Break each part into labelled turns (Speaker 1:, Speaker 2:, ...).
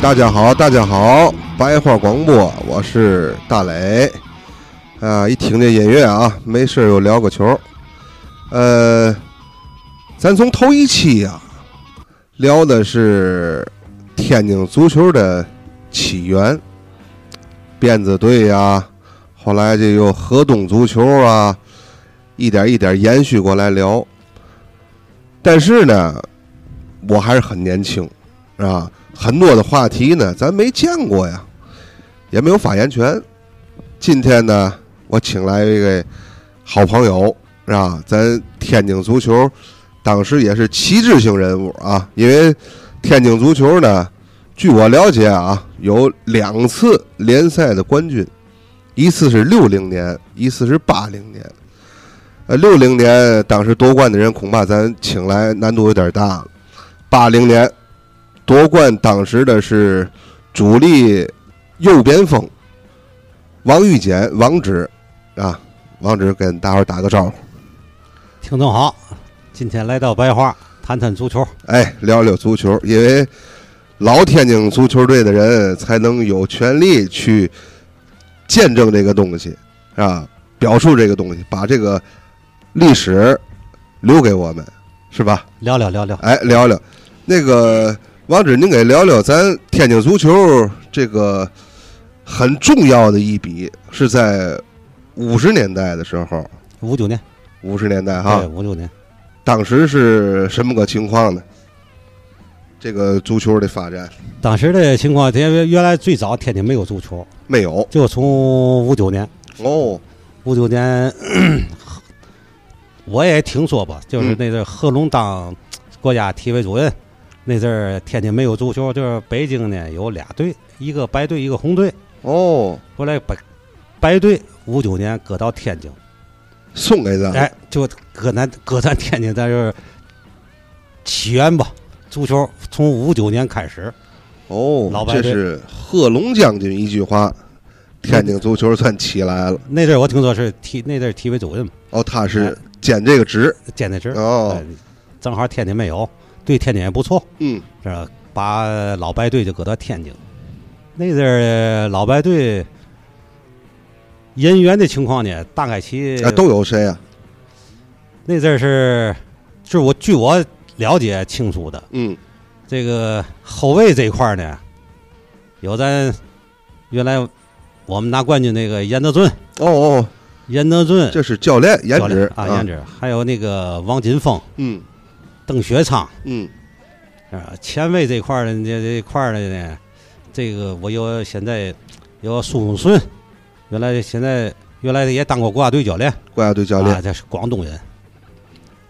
Speaker 1: 大家好，大家好，白话广播，我是大磊。啊，一听这音乐啊，没事儿又聊个球。呃，咱从头一期啊，聊的是天津足球的起源，辫子队呀、后来这又河东足球啊，一点一点延续过来聊。但是呢，我还是很年轻，啊，很多的话题呢，咱没见过呀，也没有发言权。今天呢，我请来一个好朋友，是吧？咱天津足球当时也是旗帜性人物啊，因为天津足球呢，据我了解啊，有两次联赛的冠军，一次是六零年，一次是八零年。呃，六零年当时夺冠的人恐怕咱请来难度有点大了。八零年夺冠当时的是主力右边锋王玉简、王直啊，王直跟大伙儿打个招呼，
Speaker 2: 听众好，今天来到白话谈谈足球，
Speaker 1: 哎，聊聊足球，因为老天津足球队的人才能有权利去见证这个东西啊，表述这个东西，把这个历史留给我们，是吧？
Speaker 2: 聊聊聊聊。
Speaker 1: 哎，聊聊那个王指，您给聊聊咱天津足球这个很重要的一笔是在五十年代的时候，
Speaker 2: 五九年，
Speaker 1: 五十年代哈
Speaker 2: 对，，五九年，
Speaker 1: 当时是什么个情况呢？这个足球的发展
Speaker 2: 当时的情况，因为原来最早天津没有足球，
Speaker 1: 没有
Speaker 2: 就从五九年，
Speaker 1: 哦，
Speaker 2: 五九年， 我也听说吧，就是那阵儿贺龙当国家体委主任，那阵儿天津没有足球，就是北京呢有俩队，一个白队，一个红队，
Speaker 1: 哦，
Speaker 2: 后来白白队五九年搁到天津。
Speaker 1: 送给咱，
Speaker 2: 哎，就搁咱搁咱天津，咱就是起源吧。足球从五九年开始，
Speaker 1: 哦
Speaker 2: 老，白
Speaker 1: 这
Speaker 2: 队
Speaker 1: 是贺龙将军一句话，天津足球算起来了。
Speaker 2: 那阵儿我听说是体那阵儿体委主任嘛，
Speaker 1: 哦，他是兼这个职
Speaker 2: 兼的职。
Speaker 1: 哦
Speaker 2: 哎，正好天津没有，对天津也不错，
Speaker 1: 嗯，
Speaker 2: 是吧把老白队就搁到天津。那阵儿老白队人员的情况呢，大概其
Speaker 1: 啊，都有谁啊？
Speaker 2: 那阵儿是，就是我据我了解清楚的，
Speaker 1: 嗯，
Speaker 2: 这个后卫这一块儿呢，有咱原来我们拿冠军那个严德俊，
Speaker 1: 哦哦，
Speaker 2: 严德俊
Speaker 1: 这是教练颜
Speaker 2: 嗯教练
Speaker 1: 值
Speaker 2: 啊，颜值，还有那个王金峰、
Speaker 1: 嗯
Speaker 2: 邓雪昌
Speaker 1: 嗯，
Speaker 2: 啊，前卫这块儿的这这块儿的呢，这个我有现在有苏永顺，原来现在原来也当过国家队教练，
Speaker 1: 国家队教练
Speaker 2: 啊，这是广东人。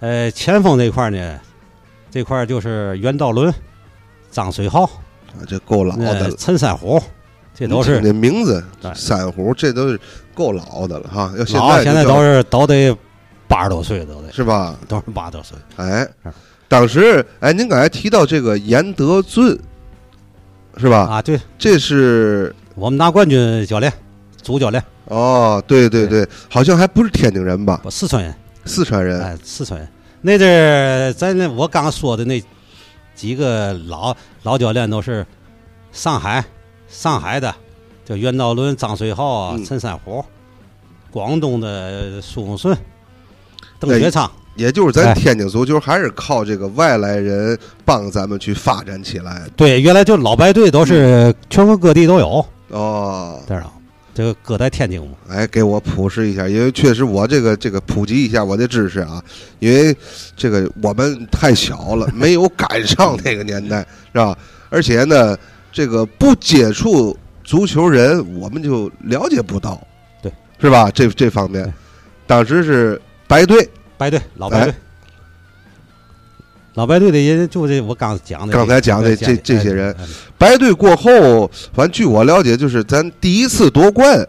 Speaker 2: 呃，前锋这块儿呢，这块儿就是袁道伦、张水浩、
Speaker 1: 啊，这够老的
Speaker 2: 呃
Speaker 1: 了。
Speaker 2: 陈三虎，这都是
Speaker 1: 这名字
Speaker 2: 对，
Speaker 1: 三虎，这都是够老的了哈。要现
Speaker 2: 老
Speaker 1: 在
Speaker 2: 现在
Speaker 1: 就
Speaker 2: 都
Speaker 1: 叫
Speaker 2: 是都得八十多岁，都得
Speaker 1: 是吧？
Speaker 2: 都是八十多岁。
Speaker 1: 哎
Speaker 2: 是，
Speaker 1: 当时哎，您刚才提到这个严德俊，是吧？
Speaker 2: 啊，对
Speaker 1: 这是
Speaker 2: 我们拿冠军教练，主教练，
Speaker 1: 哦，对对对，好像还不是天津人吧？
Speaker 2: 我四川人，
Speaker 1: 四川人。
Speaker 2: 哎，四川人。那阵儿咱那我刚说的那几个老老教练都是上海上海的，就袁道伦、张水浩啊
Speaker 1: 嗯、
Speaker 2: 陈三虎，广东的苏永顺、邓
Speaker 1: 哎
Speaker 2: 学昌。
Speaker 1: 也就是咱
Speaker 2: 哎
Speaker 1: 天津足球还是靠这个外来人帮咱们去发展起来的
Speaker 2: 对，原来就老白队都
Speaker 1: 嗯
Speaker 2: 是全国各地都有，
Speaker 1: 哦。
Speaker 2: 知道？这个搁在天津嘛。
Speaker 1: 哎，给我普示一下，因为确实我这个这个普及一下我的知识啊，因为这个我们太小了，没有赶上那个年代， 是吧？而且呢，这个不接触足球人，我们就了解不到，
Speaker 2: 对，
Speaker 1: 是吧？这这方面
Speaker 2: 对，
Speaker 1: 当时是白队，
Speaker 2: 白队，老
Speaker 1: 哎
Speaker 2: 白队，老白队的人就这我刚讲的这，
Speaker 1: 刚才讲的这这些人
Speaker 2: 哎，哎
Speaker 1: 白队过后，反正据我了解，就是咱第一次夺冠，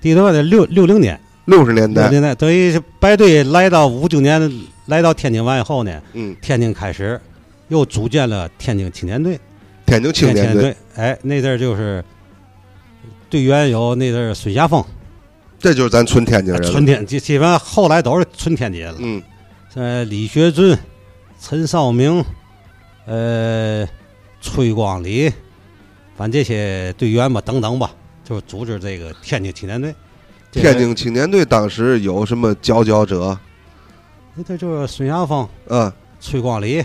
Speaker 2: 第多的六六零年，
Speaker 1: 六十年
Speaker 2: 六
Speaker 1: 代，
Speaker 2: 零年等于是白队来到五九年来到天津完以后呢，
Speaker 1: 嗯，
Speaker 2: 天津开始又组建了天津青年队，
Speaker 1: 天津青
Speaker 2: 天津
Speaker 1: 年队，
Speaker 2: 队，哎，那阵儿就是队员有那阵儿孙霞峰，
Speaker 1: 这就是咱纯天津人了，
Speaker 2: 春天基基本上后来都是春天节了。
Speaker 1: 嗯，
Speaker 2: 呃，李学俊、陈少明，呃，崔光礼，反正这些队员吧，等等吧，就是组织这个天津青年队。这
Speaker 1: 天津青年队当时有什么佼佼者？
Speaker 2: 那这哎就是孙杨峰、
Speaker 1: 啊，
Speaker 2: 崔光礼，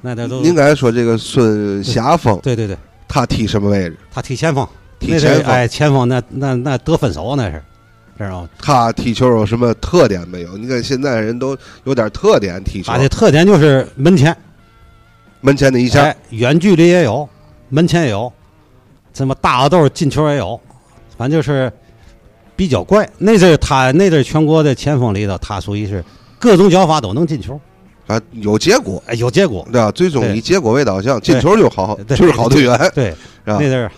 Speaker 2: 那这都
Speaker 1: 您该说这个孙霞峰，
Speaker 2: 对对对，
Speaker 1: 他踢什么位置？
Speaker 2: 他踢前锋，
Speaker 1: 踢前
Speaker 2: 那是
Speaker 1: 锋。
Speaker 2: 哎前锋那那那得分手啊那是，知道吗？
Speaker 1: 他踢球有什么特点没有？你看现在人都有点特点，踢球
Speaker 2: 他的特点就是门前，
Speaker 1: 门前的一下，
Speaker 2: 哎，远距离也有，门前也有，什么大个豆进球也有，反正就是比较怪。那阵儿他那阵儿全国的前锋里头，他属于是各种脚法都能进球，
Speaker 1: 啊，有结果，
Speaker 2: 哎，有结果。
Speaker 1: 对吧？最终
Speaker 2: 对
Speaker 1: 以结果为导向，进球就好，
Speaker 2: 对
Speaker 1: 就是好队 员，啊
Speaker 2: 对，
Speaker 1: 是吧
Speaker 2: 那？阵儿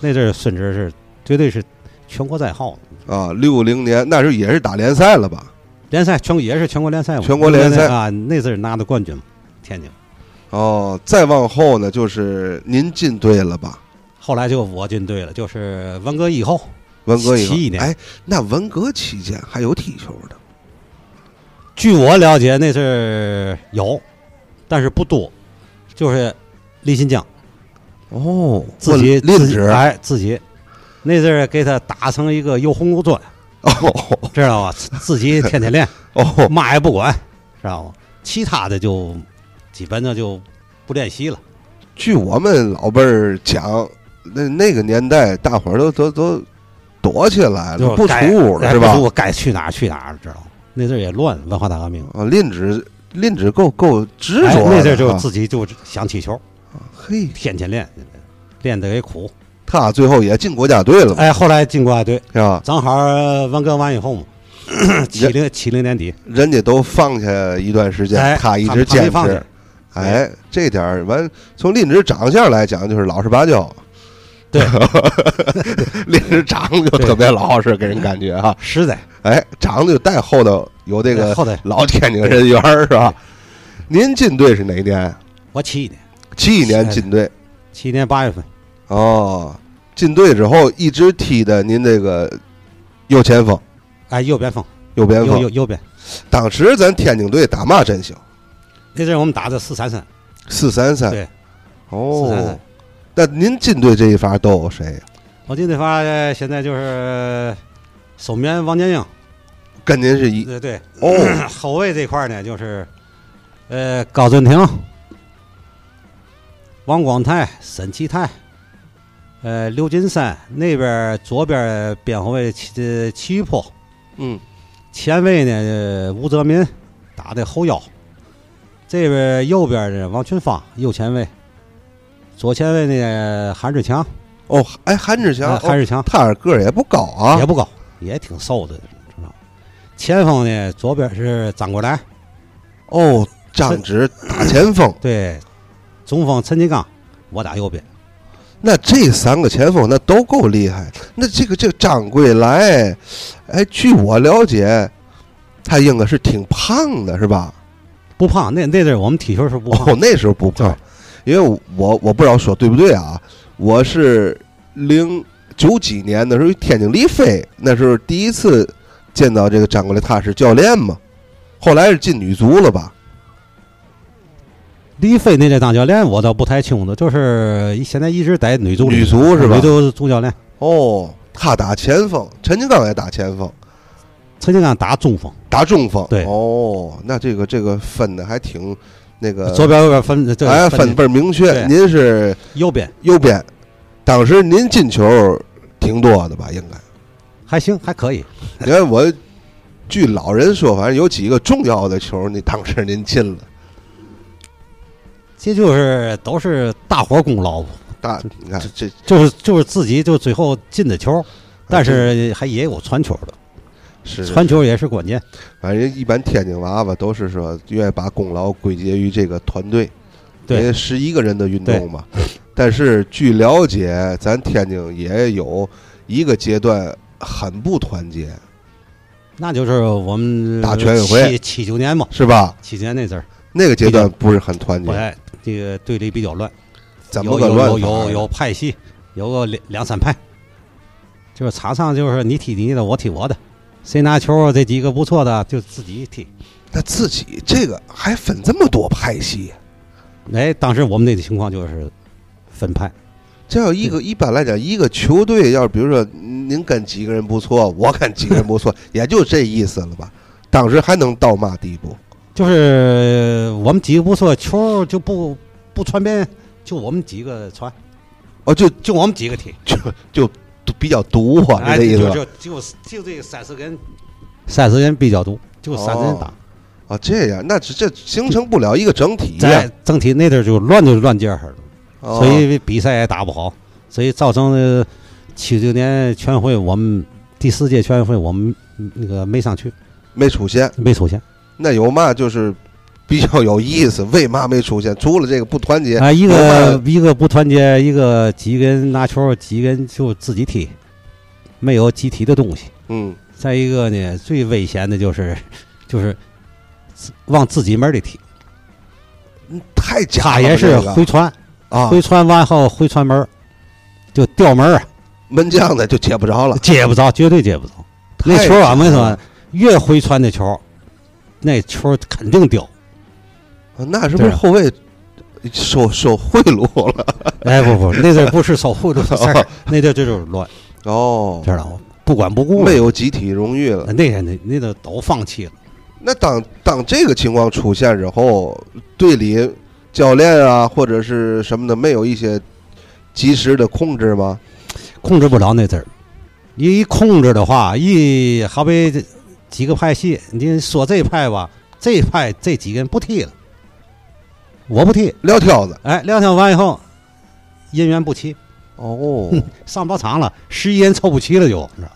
Speaker 2: 那阵儿孙志是绝对是全国在号，
Speaker 1: 啊，六零年那时候也是打联赛了吧？
Speaker 2: 联赛全也是全国联赛嘛，
Speaker 1: 全国联赛
Speaker 2: 啊，那阵儿拿的冠军嘛，天津。
Speaker 1: 哦，再往后呢，就是您进队了吧？
Speaker 2: 后来就我进队了，就是文革以后，
Speaker 1: 文革以后
Speaker 2: 七一，年
Speaker 1: 哎，那文革期间还有踢球的，
Speaker 2: 据我了解，那是有，但是不多，就是李新江
Speaker 1: 哦，
Speaker 2: 自己
Speaker 1: 吝
Speaker 2: 自己
Speaker 1: 职
Speaker 2: 哎自己，那阵儿给他打成一个油红油砖，
Speaker 1: 哦
Speaker 2: 知道吧？自自己天天练，
Speaker 1: 哦，
Speaker 2: 嘛也不管，知道吗？其他的就基本上就不练习了。
Speaker 1: 据我们老辈儿讲，那那个年代大伙儿都都都躲起来
Speaker 2: 就
Speaker 1: 了，不出
Speaker 2: 该
Speaker 1: 屋了
Speaker 2: 哎
Speaker 1: 是吧
Speaker 2: 不出？屋该去哪儿去哪儿，知道吗？那阵儿也乱，文化大革命，
Speaker 1: 啊，吝职吝职够够执
Speaker 2: 哎
Speaker 1: 着的啊，
Speaker 2: 那阵儿就自己就想踢球，
Speaker 1: 嘿，
Speaker 2: 天天练，练得也苦。
Speaker 1: 他最后也进国家队了嘛，
Speaker 2: 哎，后来进国家队，
Speaker 1: 是吧？
Speaker 2: 正好文革完以后嘛， 七零七零年底，
Speaker 1: 人家都放下一段时间
Speaker 2: 哎，，
Speaker 1: 他一
Speaker 2: 他
Speaker 1: 直
Speaker 2: 他没
Speaker 1: 坚
Speaker 2: 放
Speaker 1: 持
Speaker 2: 弃，
Speaker 1: 哎，这点儿完，从吝职长相来讲，就是老实巴交。
Speaker 2: 对，
Speaker 1: 吝职长得就特别老实，给人感觉哈、
Speaker 2: 实在
Speaker 1: 哎，长得就带后头有这个
Speaker 2: 后头
Speaker 1: 老天津人缘儿是吧？
Speaker 2: 嗯
Speaker 1: 您进队是哪一年？
Speaker 2: 我七一年，
Speaker 1: 七一年进队
Speaker 2: 七一年八月份，
Speaker 1: 哦。进队之后一直踢的您这个右前锋、
Speaker 2: 哎，右边锋，
Speaker 1: 右边
Speaker 2: 右右
Speaker 1: 锋。
Speaker 2: 右边，
Speaker 1: 当时咱天津队打嘛阵型？
Speaker 2: 那阵儿我们打的四三三，
Speaker 1: 四三三。
Speaker 2: 对，
Speaker 1: 哦
Speaker 2: 4-3-3。
Speaker 1: 那您进队这一伐都有谁？
Speaker 2: 我记得发呃现在就是守门王建英，
Speaker 1: 跟您是一
Speaker 2: 对对，
Speaker 1: 哦
Speaker 2: 后卫这块儿呢就是呃高振廷、王广泰、沈其泰。呃，刘金山那边儿左边儿边后卫齐呃齐玉坡，
Speaker 1: 嗯
Speaker 2: 前卫呢，呃吴泽民打的后腰，这边右边呢王群芳右前卫，左前卫呢韩志强，
Speaker 1: 哦，哎，韩志
Speaker 2: 呃
Speaker 1: 强，哦
Speaker 2: 韩志强、
Speaker 1: 他个儿也不高啊
Speaker 2: 也，不高，也挺瘦的，知道吗？前锋呢，左边是张国来，
Speaker 1: 哦，张 直打前锋，
Speaker 2: 对，中锋陈金刚，我打右边，
Speaker 1: 那这三个前锋那都够厉害。那这个这个张贵来，哎，据我了解，他应该是挺胖的，是吧？
Speaker 2: 不胖。那那阵儿我们踢球时候不胖，
Speaker 1: 哦，那时候不胖，因为我我不知道说对不对啊，我是零九几年的时候天津力飞，那时候第一次见到这个张国来，他是教练嘛，后来是进女足了吧？
Speaker 2: 李飞那阵当教练，我倒不太清楚，就是现在一直在女足里
Speaker 1: 女足是吧
Speaker 2: 女足主教练，
Speaker 1: 哦，他打前锋，陈金刚也打前锋，
Speaker 2: 陈金刚啊打中锋，
Speaker 1: 打中锋。
Speaker 2: 对
Speaker 1: 哦，那这个这个分的还挺那个，
Speaker 2: 呃左边右边分，这
Speaker 1: 呃哎，
Speaker 2: 分
Speaker 1: 分倍儿明确。
Speaker 2: 对
Speaker 1: 您是
Speaker 2: 右边。
Speaker 1: 右边，当时您进球挺多的吧？应该，
Speaker 2: 还行，还可以。
Speaker 1: 你看我据老人说，反正有几个重要的球，你当时您进了。
Speaker 2: 这就是都是大伙儿功劳，
Speaker 1: 大，你看这，啊
Speaker 2: 就是就是自己就最后进的球，但是还也有传球的，
Speaker 1: 是是
Speaker 2: 传球也是关键。
Speaker 1: 反正一般天津娃娃都是说愿意把功劳归结于这个团队，
Speaker 2: 对
Speaker 1: 因为十一个人的运动嘛。但是据了解，咱天津也有一个阶段很不团结，
Speaker 2: 那就是我们
Speaker 1: 打全运会
Speaker 2: 七七九年嘛，
Speaker 1: 是吧？
Speaker 2: 七九年那阵儿，
Speaker 1: 那个阶段不是很团
Speaker 2: 我
Speaker 1: 结，
Speaker 2: 来这个队里比较乱，
Speaker 1: 怎么
Speaker 2: 有
Speaker 1: 个乱啊
Speaker 2: 有有
Speaker 1: 法
Speaker 2: 有
Speaker 1: 呀
Speaker 2: 有派系，有个两两三派，就是场上就是你踢你的，我踢我的，谁拿球这几个不错的就自己踢。
Speaker 1: 那自己这个还分这么多派系，
Speaker 2: 哎，当时我们那个情况就是分派，
Speaker 1: 这要一个一般来讲，一个球队要是比如说您跟几个人不错，我跟几个人不错，也就这意思了吧？当时还能到嘛地步？
Speaker 2: 就是呃我们几个不错，球就不不传边，就我们几个传，
Speaker 1: 哦，就
Speaker 2: 就我们几个踢，
Speaker 1: 就就就比较毒啊，
Speaker 2: 哎，
Speaker 1: 这意思
Speaker 2: 就
Speaker 1: 吧
Speaker 2: 就就就这三四个人，三四个人比较多，就三四个人打。
Speaker 1: 啊，这样那这这形成不了一个整体呀、
Speaker 2: 在整体那阵儿就乱就乱劲儿了，
Speaker 1: 哦
Speaker 2: 所以比赛也打不好，所以造成了七九年全会我们第四届全运会我们嗯那个没上去，
Speaker 1: 没出现。
Speaker 2: 没出现
Speaker 1: 那有嘛就是比较有意思，为嘛没出现？除了这个不团结，
Speaker 2: 啊，一
Speaker 1: 有
Speaker 2: 个
Speaker 1: 嘛
Speaker 2: 一个不团结，一个几个人拿球，几个人就自己踢，没有集体的东西。
Speaker 1: 嗯，
Speaker 2: 再一个呢，最危险的就是 就是自往自己门里踢，
Speaker 1: 太假了吧。
Speaker 2: 他也是
Speaker 1: 这个
Speaker 2: 回传，
Speaker 1: 啊，
Speaker 2: 回传完后回传门儿就掉门儿啊，
Speaker 1: 门将的就接不着了。
Speaker 2: 接不着，绝对接不着。那球啊，我跟你说，越回传的球，那球肯定 掉。
Speaker 1: 那是不是
Speaker 2: 对啊
Speaker 1: 后卫受受贿赂了？
Speaker 2: 哎，不不，那阵儿不是守护的 事儿，那阵儿这就是乱，
Speaker 1: 哦，
Speaker 2: 知道吗？不管不顾了
Speaker 1: 没有集体荣誉了。
Speaker 2: 那阵那那阵都放弃了。
Speaker 1: 那当当这个情况出现之后，队里教练啊或者是什么的，没有一些及时的控制吗？
Speaker 2: 控制不了那阵儿。你一控制的话，一好比这几个派系，你说这派吧，这派这几个人不踢了，我不踢，
Speaker 1: 撂挑子
Speaker 2: 哎，两天完以后，人员不齐，
Speaker 1: 哦
Speaker 2: 上不了场了，十一人凑不齐了就，你知道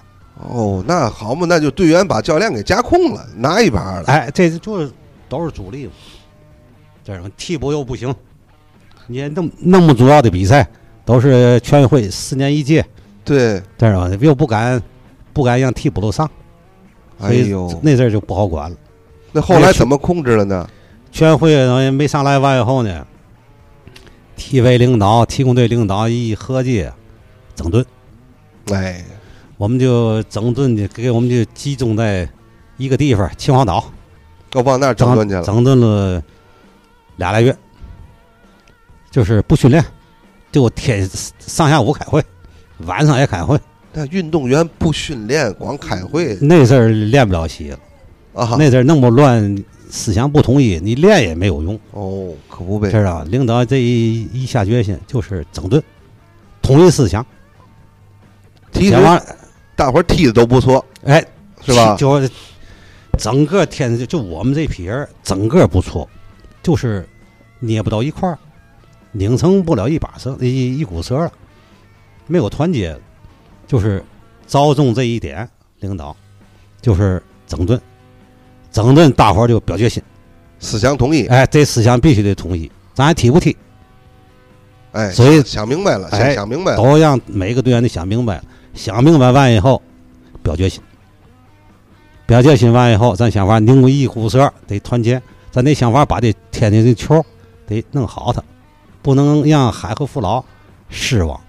Speaker 1: 哦，那好嘛，那就队员把教练给架空了，拿一把了。
Speaker 2: 哎，这就是都是主力嘛，这什么替补又不行，你也那么那么主要的比赛都是全运会四年一届，
Speaker 1: 对，
Speaker 2: 这什么又不敢不敢让替补都上，
Speaker 1: 哎
Speaker 2: 所以
Speaker 1: 呦，
Speaker 2: 那阵儿就不好管了。
Speaker 1: 那后来怎么控制了呢？
Speaker 2: 全会呢没上来完以后呢，体委领导、体工队领导一合计整顿，
Speaker 1: 哎，
Speaker 2: 我们就整顿的给我们就集中在一个地方秦皇岛
Speaker 1: 我往那儿整顿去了。
Speaker 2: 整顿了俩来月，就是不训练，就天上下午开会，晚上也开会，
Speaker 1: 那运动员不训练，光开会
Speaker 2: 那阵儿练不了习了，
Speaker 1: 啊，
Speaker 2: 那阵儿那么乱，思想不统一，你练也没有用。
Speaker 1: 哦，可不呗。
Speaker 2: 知道，领导这一一下决心就是整顿，统一思想，
Speaker 1: 其实
Speaker 2: 讲完
Speaker 1: 大伙儿踢的都不错，
Speaker 2: 哎，
Speaker 1: 是吧？
Speaker 2: 就整个天就我们这批人儿整个不错，就是捏不到一块儿，拧成不了一把绳一一股绳儿了，没有团结，就是着重这一点，领导就是整顿，整顿大伙儿就表决心，
Speaker 1: 思想统一，
Speaker 2: 哎，这思想必须得统一，咱还踢不踢？
Speaker 1: 哎，
Speaker 2: 所以
Speaker 1: 想明白了，想
Speaker 2: 哎
Speaker 1: 想明白了。
Speaker 2: 都让每个队员都想明白了，想明白完以后，表决心，表决心完以后，咱想法拧一股绳，得团结，咱得想法把这天津的球得弄好它，不能让海河父老失望。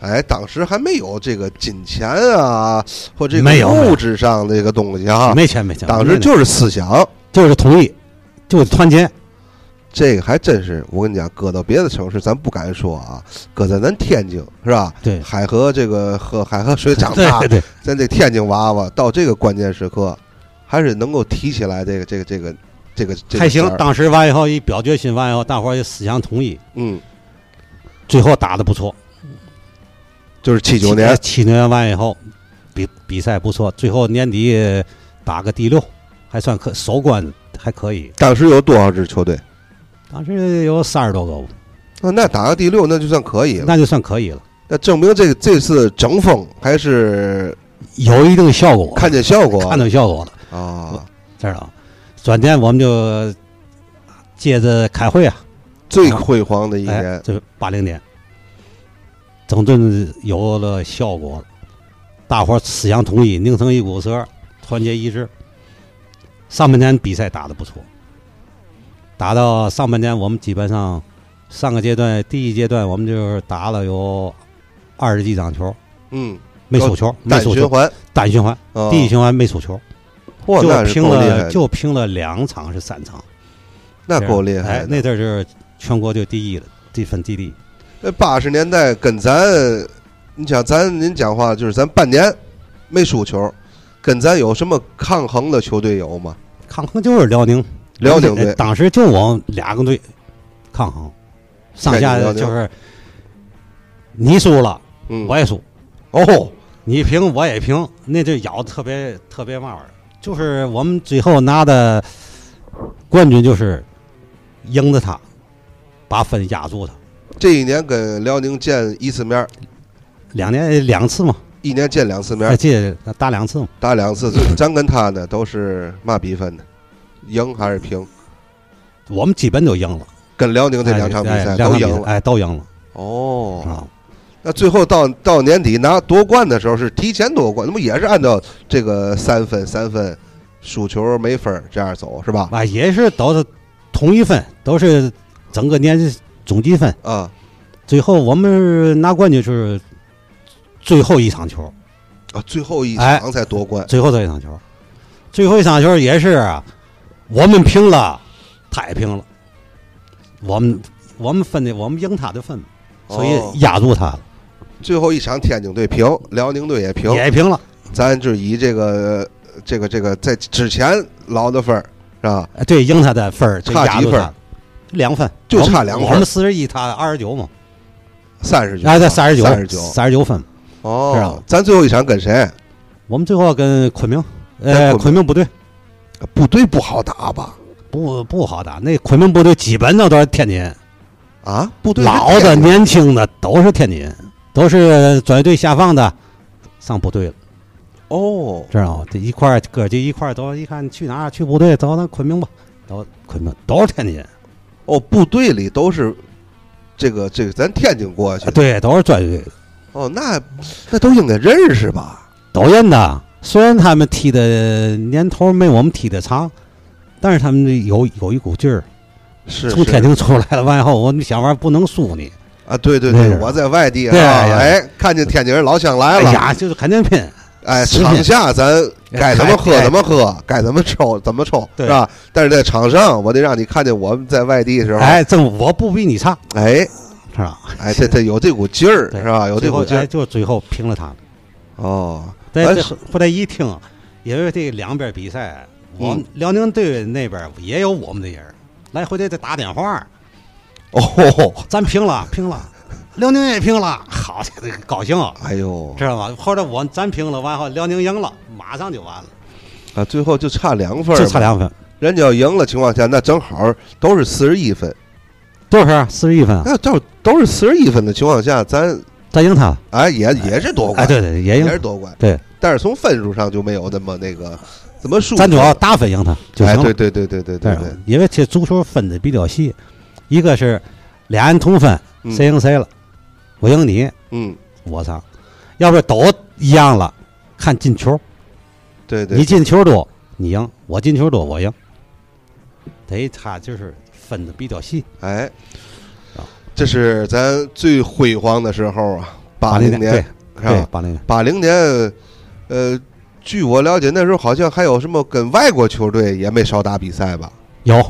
Speaker 1: 哎，当时还没有这个金钱啊，或这
Speaker 2: 没
Speaker 1: 个
Speaker 2: 有没有
Speaker 1: 物质上的这个东西啊，
Speaker 2: 没钱没钱，
Speaker 1: 当时
Speaker 2: 那
Speaker 1: 就是思想。
Speaker 2: 就是同意，就是团结，
Speaker 1: 这个还真是，我跟你讲，搁到别的城市咱不敢说啊，搁在咱天津是吧？
Speaker 2: 对
Speaker 1: 海河这个喝海河水长大
Speaker 2: 对对，
Speaker 1: 咱这天津娃娃到这个关键时刻，还是能够提起来这个这个这个这个这个
Speaker 2: 还
Speaker 1: 事
Speaker 2: 行
Speaker 1: 儿。
Speaker 2: 当时完以后一表决心完以后，大伙儿也思想统一，
Speaker 1: 嗯，
Speaker 2: 最后打的不错。
Speaker 1: 就是七哎九年，
Speaker 2: 七九年完以后，比比赛不错，最后年底打个第六，还算可首关还可以。
Speaker 1: 当时有多少支球队？
Speaker 2: 当时有三十多个，
Speaker 1: 那那打个第六，那就算可以了。
Speaker 2: 那就算可以了，
Speaker 1: 那证明这这次整风还是
Speaker 2: 有一定效果，
Speaker 1: 看见效果
Speaker 2: 看到效果了，
Speaker 1: 啊！
Speaker 2: 知道吗？转天我们就接着开会啊，
Speaker 1: 最辉煌的一
Speaker 2: 哎
Speaker 1: 年，，
Speaker 2: 这八零年整顿有了效果了，大伙儿思想统一，拧成一股绳儿，团结一致。上半年比赛打得不错，打到上半年我们基本上上个阶段第一阶段我们就是打了有二十几场球，
Speaker 1: 嗯，
Speaker 2: 没输球，没
Speaker 1: 单
Speaker 2: 输
Speaker 1: 循
Speaker 2: 球，
Speaker 1: 环，
Speaker 2: 单循环，
Speaker 1: 啊
Speaker 2: 第一循环没输球，
Speaker 1: 嚯，
Speaker 2: 就
Speaker 1: 那是
Speaker 2: 平
Speaker 1: 够厉害
Speaker 2: 了
Speaker 1: 的，
Speaker 2: 就平了两场是三场，
Speaker 1: 那够厉
Speaker 2: 哎
Speaker 1: 害的，
Speaker 2: 那阵儿就是全国就第一了，这分第一。
Speaker 1: 那八十年代跟咱，你想咱您讲话就是咱半年没输球，跟咱有什么抗衡的球队有吗？
Speaker 2: 抗衡就是辽宁，
Speaker 1: 辽宁队
Speaker 2: 当时就我们俩个队抗衡，上下就是你输了
Speaker 1: 嗯，
Speaker 2: 我也输，
Speaker 1: 哦，
Speaker 2: 你平我也平，那就咬得特别特别嘛玩意儿。就是我们最后拿的冠军，就是赢的他，把分压住他，
Speaker 1: 这一年跟辽宁见一次面儿，
Speaker 2: 两年两次嘛，
Speaker 1: 一年见两次面
Speaker 2: 哎，
Speaker 1: 儿，
Speaker 2: 这打两次嘛，
Speaker 1: 打两 次。咱跟他呢都是嘛比分呢？赢还是平？
Speaker 2: 我们基本就赢了。
Speaker 1: 跟辽宁这两场比
Speaker 2: 哎
Speaker 1: 赛
Speaker 2: 两
Speaker 1: 都
Speaker 2: 场比
Speaker 1: 赢
Speaker 2: 赛
Speaker 1: 了。
Speaker 2: 哎，都赢了
Speaker 1: 哦，
Speaker 2: 啊。
Speaker 1: 那最后到到年底拿夺冠的时候是提前夺冠，那不也是按照这个三分三分输球没分儿这样走是吧？
Speaker 2: 啊，也是都是同一分，都是整个年总积分。
Speaker 1: 啊，
Speaker 2: 最后我们拿冠军就是最后一场球，
Speaker 1: 啊，最后一
Speaker 2: 哎
Speaker 1: 场才夺冠，
Speaker 2: 最后这一场球，最后一场球也是啊我们平了，他也平了，我们我们分的我们赢他的分，哎所
Speaker 1: 哦
Speaker 2: 以压住他了，
Speaker 1: 最后一场天津队平，辽宁队也平，
Speaker 2: 也平了。
Speaker 1: 咱就以这个呃这个这个在之前捞的分儿是吧？
Speaker 2: 哎对，赢他的分儿就
Speaker 1: 差
Speaker 2: 压
Speaker 1: 几
Speaker 2: 住
Speaker 1: 分
Speaker 2: 他了，两分，
Speaker 1: 就
Speaker 2: 我们
Speaker 1: 差两分
Speaker 2: 我们四十一，他二十九嘛，
Speaker 1: 三十九，
Speaker 2: 哎，对，三十九，
Speaker 1: 三十九，
Speaker 2: 三十九分。是
Speaker 1: 哦
Speaker 2: 啊，
Speaker 1: 咱最后一场跟谁？
Speaker 2: 我们最后跟昆明，
Speaker 1: 跟昆
Speaker 2: 呃，
Speaker 1: 明
Speaker 2: 昆明部队
Speaker 1: 部队不好打吧？
Speaker 2: 不不好打，那昆明部队基本上都是天津人，
Speaker 1: 啊，部队
Speaker 2: 老的、年轻的都是天津人，都是专业队下放的上部队了，
Speaker 1: 哦，
Speaker 2: 知道吗？这一块儿哥这一块儿都一看去哪儿去部队，走那昆明吧，都昆明都是天津人，
Speaker 1: 哦，部队里都是这个这个，咱天津过去
Speaker 2: 啊对，都是专业队的，
Speaker 1: 哦，那那都应该认识吧？
Speaker 2: 都认的。虽然他们踢的年头没我们踢的长，但是他们有有一股劲儿，
Speaker 1: 是
Speaker 2: 从
Speaker 1: 是
Speaker 2: 天津出来了，完以后我们想玩不能输你，
Speaker 1: 啊，对对
Speaker 2: 那
Speaker 1: 对，
Speaker 2: 是
Speaker 1: 我在外地啊，
Speaker 2: 对呀
Speaker 1: 哎，看见天津人老乡来
Speaker 2: 哎
Speaker 1: 了，
Speaker 2: 呀，就是肯定拼。
Speaker 1: 哎，
Speaker 2: 食品
Speaker 1: 场下咱该怎么喝
Speaker 2: 哎
Speaker 1: 怎么喝，该怎么抽怎么抽，
Speaker 2: 对
Speaker 1: 是吧？但是在场上，我得让你看见我们在外地的时候，哎
Speaker 2: 哎，这我不比你差，
Speaker 1: 哎
Speaker 2: 是吧？
Speaker 1: 哎，这这有这股劲儿
Speaker 2: 对
Speaker 1: 是吧？有
Speaker 2: 最
Speaker 1: 这
Speaker 2: 后
Speaker 1: 股劲
Speaker 2: 哎，
Speaker 1: 儿
Speaker 2: 就最后平了他们。
Speaker 1: 哦，
Speaker 2: 但
Speaker 1: 哎
Speaker 2: 是后来一听，因为这两边比赛，我
Speaker 1: 嗯
Speaker 2: 们辽宁队那边也有我们的人儿，来回得得打电话，
Speaker 1: 哦，
Speaker 2: 咱平了，平了，辽宁也 平了，好家伙，高兴，
Speaker 1: 哎呦
Speaker 2: 知道吗？后来我咱平了，完后辽宁赢了，马上就完了，
Speaker 1: 啊，最后就差两分儿
Speaker 2: 就
Speaker 1: 嘛，
Speaker 2: 差两分，
Speaker 1: 人家要赢了情况下，那正好都是四十一分，
Speaker 2: 多少分？啊四十 一分，
Speaker 1: 那都哎都是四十一分的情况下，咱
Speaker 2: 咱赢他了。
Speaker 1: 哎也也是夺
Speaker 2: 哎，
Speaker 1: 冠，
Speaker 2: 对对，对也
Speaker 1: 也
Speaker 2: 赢
Speaker 1: 是，夺冠，
Speaker 2: 对，
Speaker 1: 但是从分数上就没有那么那个怎么输，
Speaker 2: 咱主要大分赢他就
Speaker 1: 哎，
Speaker 2: 行了
Speaker 1: 对。对对对对对
Speaker 2: 对啊
Speaker 1: 对，，
Speaker 2: 因为这足球分的比较细，一个是俩人同分，
Speaker 1: 嗯
Speaker 2: 谁赢谁了，我赢你，
Speaker 1: 嗯，
Speaker 2: 我操，要不然都一样了，看进球，
Speaker 1: 对对
Speaker 2: 你，进球多你赢，我进球多我赢，得他就是分的比较细，
Speaker 1: 哎
Speaker 2: 啊，
Speaker 1: 这是咱最辉煌的时候啊，八零
Speaker 2: 零
Speaker 1: 年是
Speaker 2: 对对
Speaker 1: 吧？
Speaker 2: 八零年，
Speaker 1: 八零年，呃，据我了解，那时候好像还有什么跟外国球队也没少打比赛 吧？
Speaker 2: 有，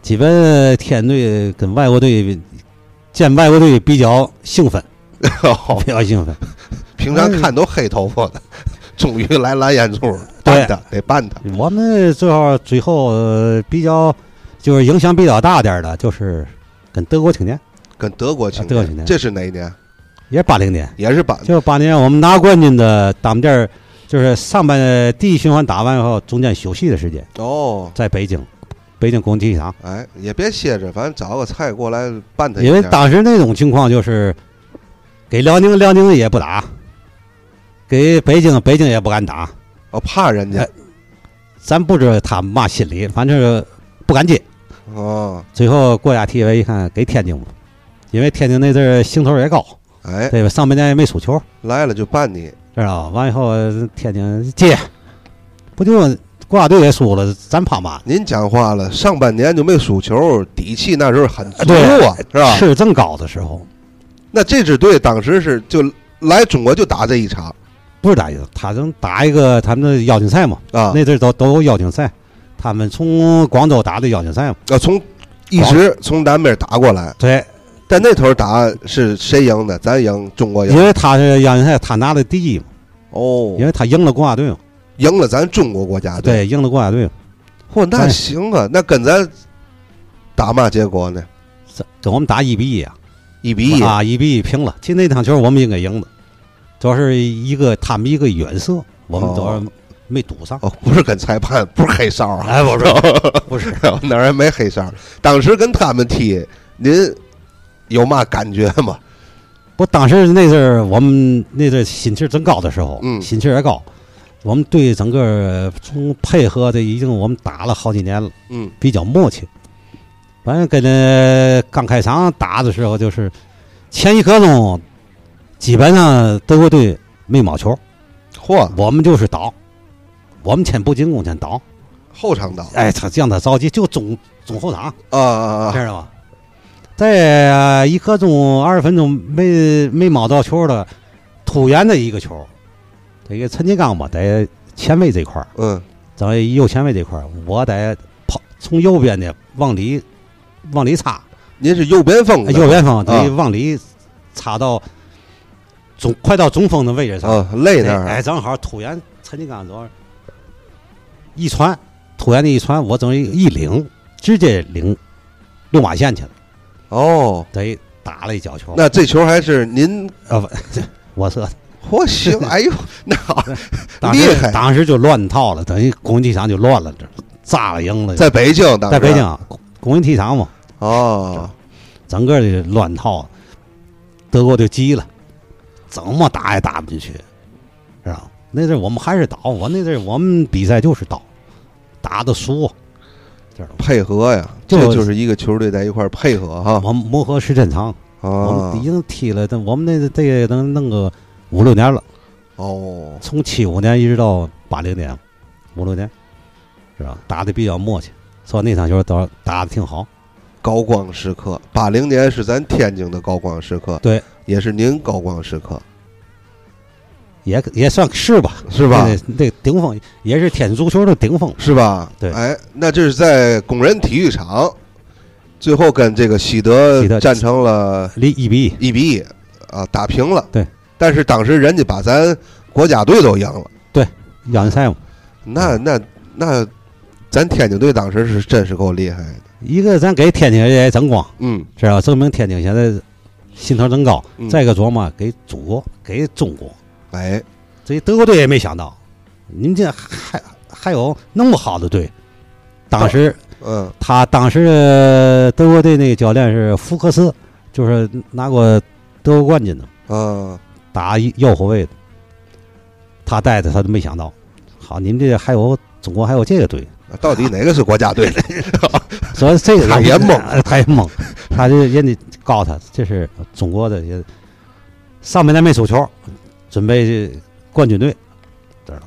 Speaker 2: 基本天队跟外国队见外国队比较兴奋，比较兴奋，
Speaker 1: 平
Speaker 2: 哎
Speaker 1: 常看都黑头发的，终于来蓝眼珠了，办他得办他。
Speaker 2: 我们最后最后、呃比较就是影响比较大点儿的，就是跟德国青年，
Speaker 1: 跟德国青
Speaker 2: 啊德国青年
Speaker 1: 这是哪一年？
Speaker 2: 也是八零年，
Speaker 1: 也是把
Speaker 2: 就是八零年我们拿冠军的，咱们这儿就是上半第一循环打完以后，中间休息的时间，
Speaker 1: 哦，
Speaker 2: 在北京，北京国际体育场，
Speaker 1: 哎，也别歇着，反正找个菜过来办他一
Speaker 2: 因为
Speaker 1: 下。
Speaker 2: 当时那种情况就是给辽宁，辽宁也不打。给北京，北京也不敢打，
Speaker 1: 哦，怕人家
Speaker 2: 哎咱不知道他们嘛心理，反正不敢接。
Speaker 1: 哦，
Speaker 2: 最后国家体委一看，给天津吧，因为天津那阵儿兴头也高，
Speaker 1: 哎，
Speaker 2: 对吧？上半年也没输球，
Speaker 1: 来了就办你。
Speaker 2: 知道吧？完以后呃天津接，不就国家队也输了，咱怕嘛？
Speaker 1: 您讲话了，上半年就没输球，底气那时候很足啊，是吧？
Speaker 2: 是正高的时候，
Speaker 1: 那这支队当时是就来中国就打这一场
Speaker 2: 不是打一个，他能打一个他们的邀请赛嘛？
Speaker 1: 啊，
Speaker 2: 那阵儿都都有邀请赛，他
Speaker 1: 哎呃
Speaker 2: 们从广州打的邀请赛嘛？
Speaker 1: 要从一直从南边打过来，
Speaker 2: 对，
Speaker 1: 但那头打是谁赢的？咱赢，中国赢
Speaker 2: 因为他是亚锦赛他拿的第一嘛，
Speaker 1: 哦
Speaker 2: 因，为他赢了国家队嘛，
Speaker 1: 赢了咱中国国家队。
Speaker 2: 对，赢了国家队嘛，
Speaker 1: 嚯，那
Speaker 2: 咱
Speaker 1: 行啊，那跟咱打嘛结果呢？
Speaker 2: 这跟我们打一比一啊，
Speaker 1: 一比一，
Speaker 2: 啊，一比一平了。其实那场球我们应该赢的，主要是一个他们一个远射，我们主要是没堵 上。
Speaker 1: 哦，不是跟裁判，不是黑哨啊，
Speaker 2: 哎，不是，不是，
Speaker 1: 哪儿也没黑哨。当时跟他们踢，您有嘛感觉吗？
Speaker 2: 我当时那阵儿我们那阵儿心气儿真高的时候，
Speaker 1: 嗯
Speaker 2: 心气儿也高。我们对整个呃从配合的已经我们打了好几年了，
Speaker 1: 嗯，
Speaker 2: 比较默契。反正跟那刚开场打的时候，就是前一刻钟，基本上德国队没毛球，
Speaker 1: 嚯，
Speaker 2: 我们就是倒，我们先不进攻，先倒。
Speaker 1: 后场倒
Speaker 2: 哎，他让他着急，就中中后场，
Speaker 1: 啊啊啊！
Speaker 2: 知道吧？在一刻钟二十分钟没没摸到球的，突然的一个球，这个陈金刚吧，在前卫这块儿，
Speaker 1: 嗯，
Speaker 2: 在右前卫这块儿，我在跑从右边的往里往里插，
Speaker 1: 您是右边锋的，
Speaker 2: 哎右边锋
Speaker 1: 啊
Speaker 2: 得往里插到中快到中锋的位置上，
Speaker 1: 啊，累那
Speaker 2: 哎，
Speaker 1: 儿，
Speaker 2: 正好突然陈金刚主要一传，突然的一传，我等于一领，直接领六码线去了，
Speaker 1: 哦，
Speaker 2: 等于打了一脚球。
Speaker 1: 那这球还是您
Speaker 2: 啊不，我说
Speaker 1: 嚯 行，哎呦，那好
Speaker 2: 当
Speaker 1: 厉
Speaker 2: 时
Speaker 1: 害
Speaker 2: 当时就乱套了，等于攻击场就乱了，这炸了赢了，
Speaker 1: 在北京当时
Speaker 2: 在北京啊攻攻击体场嘛，
Speaker 1: 哦，
Speaker 2: 整个的乱套，德国就急了，怎么打也打不进去，知道吗那阵儿我们还是倒，我那阵儿我们比赛就是倒，打的输，啊知道吗？
Speaker 1: 配合呀，
Speaker 2: 就
Speaker 1: 这就是一个球队在一块儿配合哈
Speaker 2: 我们磨合时间长，我
Speaker 1: 啊
Speaker 2: 们已经踢了，但我们那这也能弄个五六年了，
Speaker 1: 哦，
Speaker 2: 从七五年一直到八零年，五六年，是吧？打的比较默契，所以那场球打打的挺好。
Speaker 1: 高光时刻，八零年是咱天津的高光时刻，
Speaker 2: 对，
Speaker 1: 也是您高光时刻
Speaker 2: 也也算是吧，
Speaker 1: 是吧？
Speaker 2: 那那顶峰也是天津足球的顶峰，
Speaker 1: 是吧？
Speaker 2: 对
Speaker 1: 哎，那这是在工人体育场，最后跟这个喜德
Speaker 2: 喜德
Speaker 1: 战成了
Speaker 2: 离一比一
Speaker 1: 一比一啊，打平了。
Speaker 2: 对，
Speaker 1: 但是当时人家把咱国家队都赢了，
Speaker 2: 亚锦赛嘛。
Speaker 1: 那那那，咱天津队当时是真是够厉害的。
Speaker 2: 一个咱给天津人也争光，
Speaker 1: 嗯，
Speaker 2: 知道吧证明天津现在心头真高。
Speaker 1: 嗯
Speaker 2: 再一个琢磨给祖国给中国，
Speaker 1: 哎，
Speaker 2: 这德国队也没想到，你们这还还有那么好的队。当时
Speaker 1: 嗯，
Speaker 2: 他当时呃德国队那个教练是福克斯，就是拿过德国冠军的，
Speaker 1: 啊，
Speaker 2: 打一右后卫的。他带的他都没想到，好，你们这还有中国还有这个队，
Speaker 1: 到底哪个是国家队的？
Speaker 2: 所以这个
Speaker 1: 他也
Speaker 2: 他不
Speaker 1: 懵
Speaker 2: 呃 他也懵，他就人家告诉他这是中国的也上半年没输球，准备 冠军队，知道吗？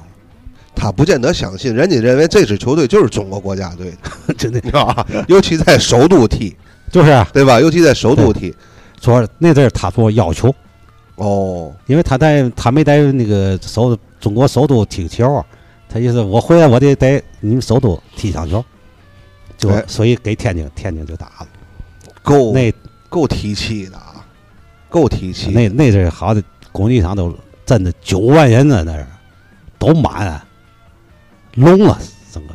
Speaker 1: 他不见得相信，人家认为这支球队就是中国国家 队的，
Speaker 2: 真的
Speaker 1: 你知道吧？尤其在首都踢，
Speaker 2: 就是啊
Speaker 1: 对吧？尤其在首都踢。
Speaker 2: 主要是那阵儿他做要求，
Speaker 1: 哦，
Speaker 2: 因为他在他没在那个首中国首都踢球啊，他意思我回来我得在你们首都踢一场球，就、
Speaker 1: 哎哦
Speaker 2: 所以给天津天津就打了。
Speaker 1: 够
Speaker 2: 那
Speaker 1: 够提气的啊，够提气。
Speaker 2: 那那阵儿好的国际场都站的九万人呢，那是都满啊，聋了整个。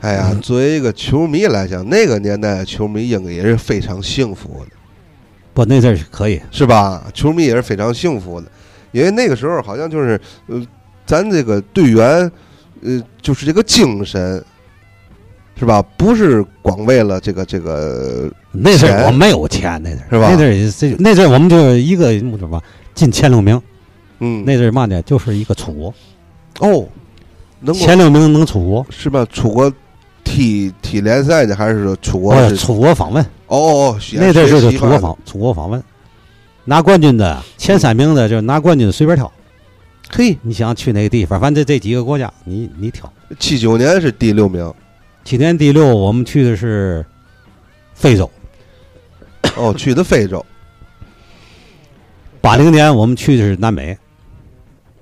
Speaker 1: 哎呀，
Speaker 2: 嗯
Speaker 1: 作为一个球迷来讲，那个年代的球迷应该也是非常幸福的，
Speaker 2: 不，那阵儿是可以，
Speaker 1: 是吧？球迷也是非常幸福的，因为那个时候好像就是，呃，咱这个队员，呃，就是这个精神，是吧？不是光为了这个这个，
Speaker 2: 那阵
Speaker 1: 钱
Speaker 2: 儿我没有钱，那阵儿
Speaker 1: 是吧
Speaker 2: 那阵儿也这那阵儿我们就是一个目标吧，进前六名。
Speaker 1: 嗯，
Speaker 2: 那阵儿嘛呢，就是一个出国，
Speaker 1: 哦，能够
Speaker 2: 前六名能出国，
Speaker 1: 是吧？出国踢踢联赛的，还是说出国
Speaker 2: 或者
Speaker 1: 是？
Speaker 2: 出国访问。
Speaker 1: 哦哦，哦
Speaker 2: 哎那阵儿就是出国，
Speaker 1: 学习吧
Speaker 2: 访出国访问，拿冠军的前三名的就是拿冠军随便挑。嘿，你想去哪个地方？反正这几个国家，你你挑。
Speaker 1: 七九年是第六名，
Speaker 2: 今年第六，我们去的是非洲。
Speaker 1: 哦，去的非洲。
Speaker 2: 八零年我们去的是南美，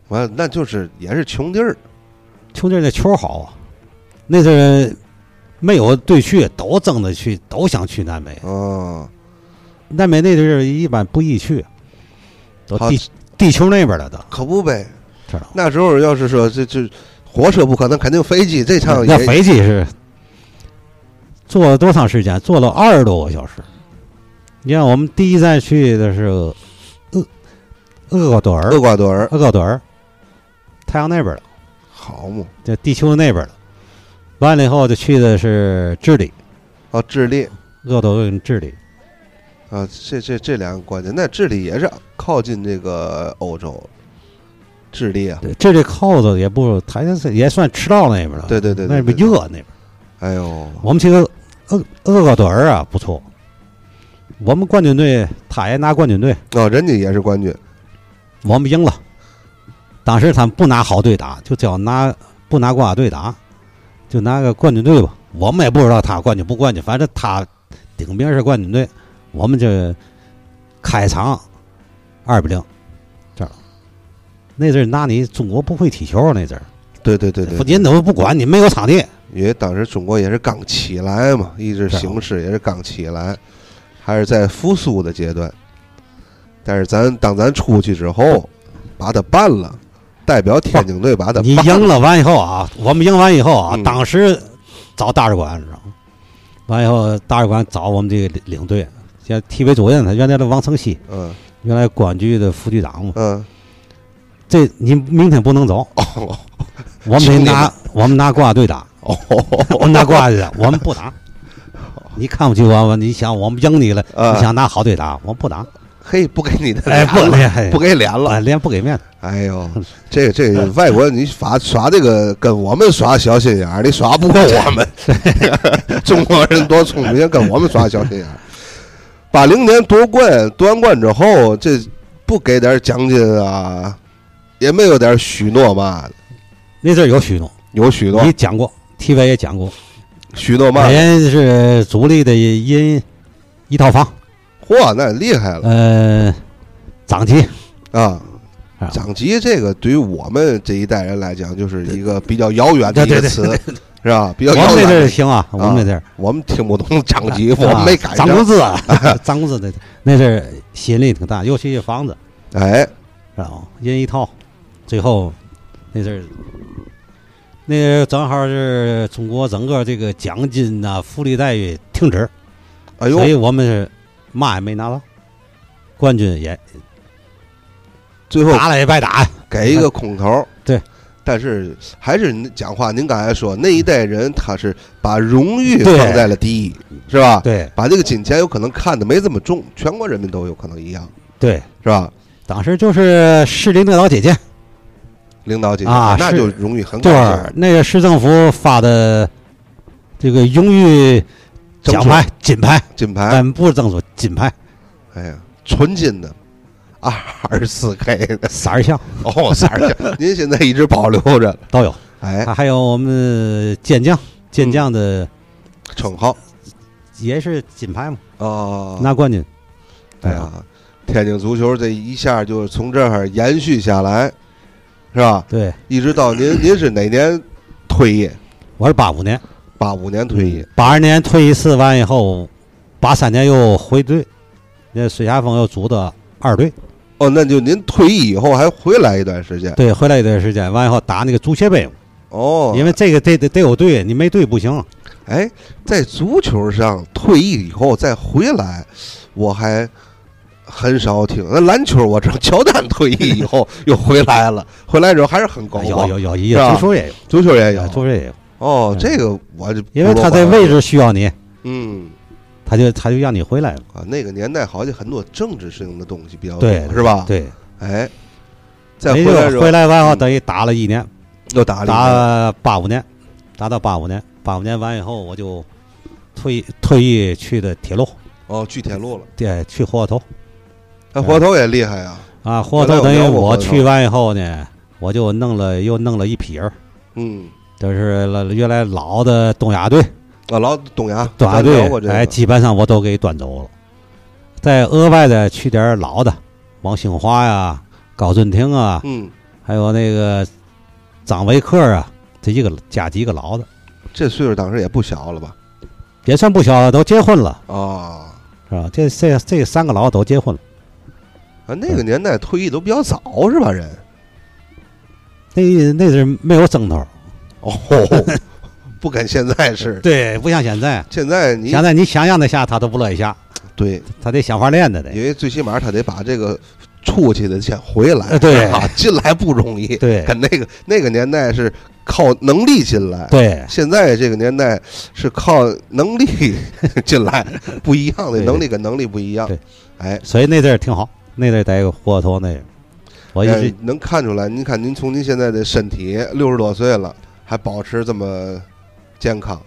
Speaker 1: 完了，那就是也是穷地儿，
Speaker 2: 穷劲儿那球好啊，那阵儿没有对去，都争着去，都想去南美。
Speaker 1: 啊，
Speaker 2: 南美那地儿一般不易去，都
Speaker 1: 好
Speaker 2: 呃地地球那边了都，
Speaker 1: 可不呗。
Speaker 2: 知道吗？
Speaker 1: 那时候要是说这这火车不可能，肯定飞机。这趟
Speaker 2: 那
Speaker 1: 也
Speaker 2: 飞机是坐了多长时间？坐了二十多个小时。你看，我们第一站去的是厄厄瓜多尔，
Speaker 1: 厄瓜多尔，
Speaker 2: 厄瓜多尔，太阳那边了，
Speaker 1: 好嘛，
Speaker 2: 就地球那边了。完了以后就去的是智利，
Speaker 1: 啊，智利
Speaker 2: 厄瓜多尔跟智利，
Speaker 1: 啊，这这这两个关键。那智利也是靠近这个欧洲，智利啊，
Speaker 2: 对智利靠着也不，它也是也算赤道那边了，
Speaker 1: 对对对，
Speaker 2: 啊那边
Speaker 1: 对对
Speaker 2: 热那边。
Speaker 1: 哎呦，
Speaker 2: 我们去厄厄厄瓜多尔啊，不错。我们冠军队，他也拿冠军队，
Speaker 1: 哦，人家也是冠军，
Speaker 2: 我们赢了。当时他们不拿好队打，就叫拿不拿国家队打，就拿个冠军队吧。我们也不知道他冠军不冠军，反正他顶名是冠军队。我们这开场二比零，这样。那阵儿拿你中国不会踢球那阵儿，
Speaker 1: 对对对对，
Speaker 2: 人都不管你，没有场地。
Speaker 1: 因为当时中国也是刚起来嘛，意志形势也是刚起来，还是在复苏的阶段。但是咱当咱出去之后，把它办了，代表天津队把它
Speaker 2: 你
Speaker 1: 办
Speaker 2: 赢了完以 后啊，我们赢完以后啊，
Speaker 1: 嗯
Speaker 2: 当时找大使馆，你知道吗？完以后大使馆找我们这个领队，像体委主任，他原来的王承熙，
Speaker 1: 嗯
Speaker 2: 原来公安局的副局长嘛。
Speaker 1: 嗯，
Speaker 2: 这你明天不能走，
Speaker 1: 哦
Speaker 2: 我们得
Speaker 1: 兄弟
Speaker 2: 拿我们拿国家队打，我
Speaker 1: 哦，
Speaker 2: 们拿国家队打，我们不打。你看不起我们，你想我们赢你了，
Speaker 1: 啊
Speaker 2: 你想拿好队打，我们不打。
Speaker 1: 嘿，不给你的
Speaker 2: 哎，
Speaker 1: 脸了，
Speaker 2: 不脸，
Speaker 1: 不给脸了，
Speaker 2: 哎连不给面子。
Speaker 1: 哎呦，这个这个外国你耍耍这个跟我们耍小心眼儿，你耍不过我 们。 中国人多聪明，跟我们耍小心眼儿。八零年夺冠，夺完冠之后，这不给点奖金啊，也没有点许诺嘛的，
Speaker 2: 那阵儿有许诺，
Speaker 1: 有许诺
Speaker 2: 你，哎讲过，体委也讲过，
Speaker 1: 许诺嘛
Speaker 2: 每，人是主力的一一套房，
Speaker 1: 嚯，那厉害了
Speaker 2: 呃，掌机
Speaker 1: 啊！
Speaker 2: 啊
Speaker 1: 奖级这个对于我们这一代人来讲，就是一个比较遥远的一
Speaker 2: 啊对
Speaker 1: 个
Speaker 2: 对
Speaker 1: 词，是吧？比较
Speaker 2: 我们
Speaker 1: 遥
Speaker 2: 那
Speaker 1: 远
Speaker 2: 阵儿
Speaker 1: 的，
Speaker 2: 行啊，我们那阵儿
Speaker 1: 我们听不懂奖级，我们
Speaker 2: 啊
Speaker 1: 没赶
Speaker 2: 涨
Speaker 1: 上。
Speaker 2: 工 资啊，涨工资那阵儿那阵儿吸引力挺大，尤其是房子。
Speaker 1: 哎，
Speaker 2: 然后人一套，最后那阵儿，那阵儿正好是中国整个这个奖金呐、福利待遇停止，
Speaker 1: 哎
Speaker 2: 所以
Speaker 1: 呦，
Speaker 2: 我们是嘛也没拿到，冠军也
Speaker 1: 最后
Speaker 2: 打了也白打 呀。
Speaker 1: 给一个空头儿。
Speaker 2: 对，
Speaker 1: 但是还是您讲话，您刚才说那一代人他是把荣誉
Speaker 2: 对
Speaker 1: 放在了第一，是吧？
Speaker 2: 对
Speaker 1: 把这个金钱有可能看的没这么重，全国人民都有可能一样，
Speaker 2: 对，
Speaker 1: 是吧？
Speaker 2: 当时就是市领导姐姐，
Speaker 1: 领导级
Speaker 2: 啊
Speaker 1: 那
Speaker 2: 是
Speaker 1: 就荣誉很高
Speaker 2: 对
Speaker 1: 兴，
Speaker 2: 儿，那个市政府发的这个荣誉
Speaker 1: 争
Speaker 2: 奖
Speaker 1: 取
Speaker 2: 牌、金牌，
Speaker 1: 金牌，
Speaker 2: 嗯，不是赠出金牌，
Speaker 1: 哎呀，纯金的，二二十四 K 的，
Speaker 2: 色儿像
Speaker 1: 哦，三十 四，您现在一直保留着，
Speaker 2: 都有，
Speaker 1: 哎，嗯
Speaker 2: 还还有我们健将，健将的
Speaker 1: 称号
Speaker 2: 也是金牌嘛。
Speaker 1: 哦，
Speaker 2: 拿冠军。
Speaker 1: 哎
Speaker 2: 啊，
Speaker 1: 呀，天津足球这一下就从这儿延续下来，是吧？
Speaker 2: 对，
Speaker 1: 一直到 您，您是哪年退役？
Speaker 2: 我是八五年
Speaker 1: 八五年退役，，
Speaker 2: 八二年退一次完以后，八三年又回队，那水下风又组的二队，
Speaker 1: 哦，那就您退役以后还回来一段时间，
Speaker 2: 对，回来一段时间，完以后打那个足协杯嘛，
Speaker 1: 哎哦，
Speaker 2: 因为这个得得得有队，你没队不行。
Speaker 1: 哎，在足球上退役以后再回来，我还很少听。那篮球我知道，乔丹退役以后又回来了，回来之后还是很高
Speaker 2: 啊有
Speaker 1: 光，
Speaker 2: 有有，也
Speaker 1: 哦是啊吧
Speaker 2: 足球也有，
Speaker 1: 足球也
Speaker 2: 哎
Speaker 1: 有
Speaker 2: 足球也有，
Speaker 1: 哦，
Speaker 2: 嗯
Speaker 1: 这个我就
Speaker 2: 因为他在位，置需要你，
Speaker 1: 嗯。
Speaker 2: 他就他就让你回来了。
Speaker 1: 啊，那个年代好像很多政治性的东西比较多，
Speaker 2: 对，
Speaker 1: 是吧？，
Speaker 2: 对，
Speaker 1: 哎，再
Speaker 2: 没
Speaker 1: 回
Speaker 2: 就
Speaker 1: 来之后
Speaker 2: 回来完以后
Speaker 1: 嗯
Speaker 2: 等于打了一年，
Speaker 1: 又打了一年
Speaker 2: 打八五年，打到八五年，八五年完以后我就退退役去的铁路，
Speaker 1: 哦，去铁路了。
Speaker 2: 对，去火车头。哎
Speaker 1: 那活头也厉害啊，
Speaker 2: 啊，火
Speaker 1: 原来
Speaker 2: 头
Speaker 1: 有
Speaker 2: 等于
Speaker 1: 聊过
Speaker 2: 我
Speaker 1: 火头
Speaker 2: 去完以后呢，我就弄了又弄了一批人儿，
Speaker 1: 嗯，
Speaker 2: 就是了原来老的东亚队，
Speaker 1: 啊，老董牙，
Speaker 2: 东亚
Speaker 1: 咱聊过
Speaker 2: 队
Speaker 1: 这个，
Speaker 2: 哎，基本上我都给端走了，再额外的去点儿老的，王兴华呀、高振廷啊，
Speaker 1: 嗯，
Speaker 2: 还有那个张维克啊，这一个加几个老的，
Speaker 1: 这岁数当时也不小了吧？
Speaker 2: 也算不小了，都结婚了，
Speaker 1: 啊，
Speaker 2: 是吧？这这这三个老都结婚了，
Speaker 1: 啊，那
Speaker 2: 嗯
Speaker 1: 个年代退役都比较早是吧？人
Speaker 2: 那那阵儿没有征头，
Speaker 1: 哦，不跟现在似的。
Speaker 2: 对，不像现在，
Speaker 1: 现在你
Speaker 2: 现在你想让他下，他都不乐意下，
Speaker 1: 对，
Speaker 2: 他得想法练的得。
Speaker 1: 因为最起码他得把这个出去的钱回来，
Speaker 2: 呃对
Speaker 1: 啊，进来不容易。
Speaker 2: 对
Speaker 1: 跟那个那个年代是靠能力进来，
Speaker 2: 对，
Speaker 1: 现在这个年代是靠能力 进来，不一样的
Speaker 2: 对
Speaker 1: 能力跟能力不一样
Speaker 2: 对。
Speaker 1: 哎，
Speaker 2: 所以那阵儿挺好，那阵儿逮个活头那个，我一
Speaker 1: 哎
Speaker 2: 直
Speaker 1: 能看出来，您看您从您现在的身体六十多岁了，还保持这么健康，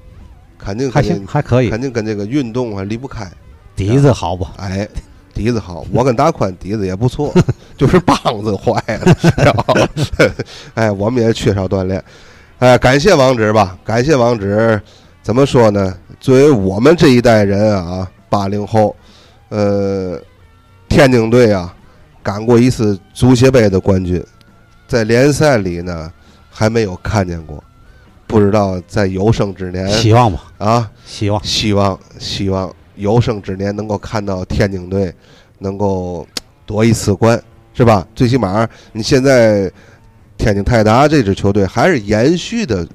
Speaker 1: 肯定
Speaker 2: 还
Speaker 1: 肯
Speaker 2: 行，
Speaker 1: 定
Speaker 2: 还呃可以，
Speaker 1: 肯定跟这个运动还离不开。
Speaker 2: 底子好不好？
Speaker 1: 哎，底子好，我跟大宽底子也不错， 就是棒子坏了，然后， 哎，我们也缺少锻炼。哎，感谢王直吧，感谢王直。怎么说呢？作为我们这一代人啊，八零后，呃，天津队啊，赶过一次足协杯的冠军，在联赛里呢还没有看见过，不知道在有生之年
Speaker 2: 希望吧，
Speaker 1: 啊，
Speaker 2: 希望。
Speaker 1: 希望希望有生之年能够看到天津队能够夺一次冠，是吧？最起码你现在天津泰达这支球队还是延续的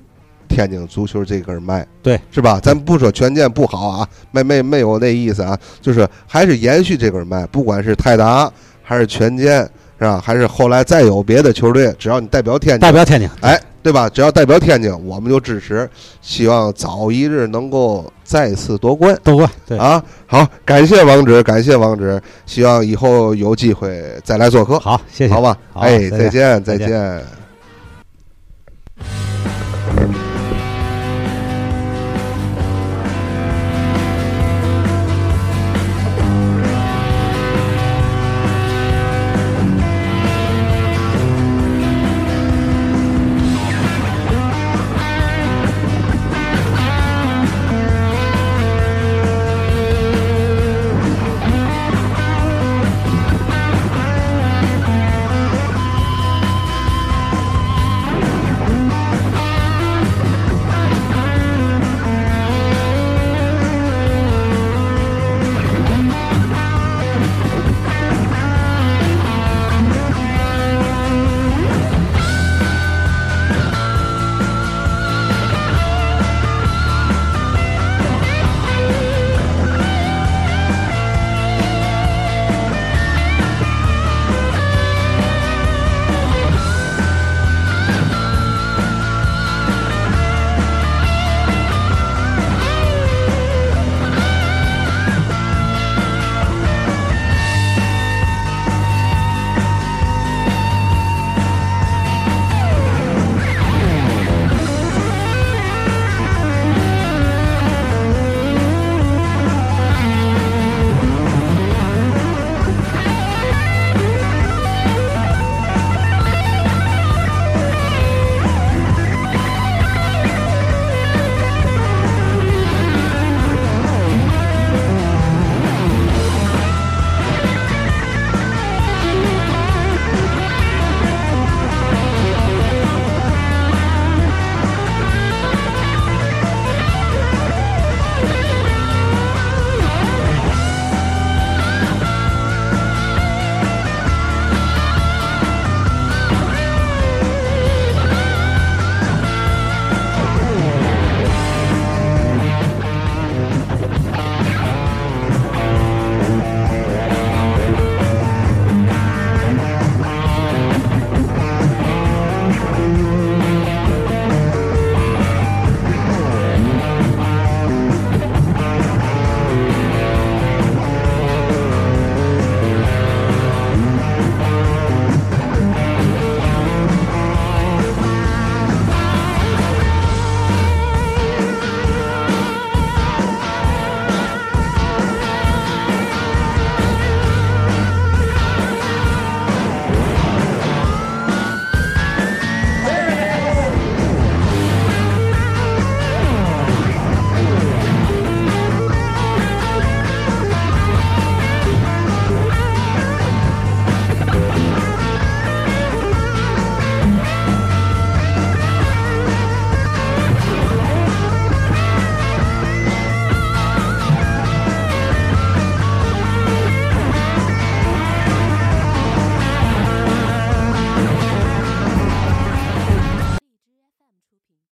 Speaker 1: 天津足球这根脉，
Speaker 2: 对，
Speaker 1: 是吧？咱不说权健不好啊，没没没有那意思啊，就是还是延续这根脉，不管是泰达还是权健，是吧？还是后来再有别的球队，只要你代表天津，
Speaker 2: 代表天津，
Speaker 1: 哎，对吧？只要代表天津，我们就支持，希望早一日能够再次夺冠
Speaker 2: 都过对，
Speaker 1: 啊！好，感谢王直，感谢王直，希望以后有机会再来做客，
Speaker 2: 好，谢谢，
Speaker 1: 好吧？
Speaker 2: 好
Speaker 1: 哎，
Speaker 2: 再见
Speaker 1: 见，再
Speaker 2: 再见
Speaker 1: 见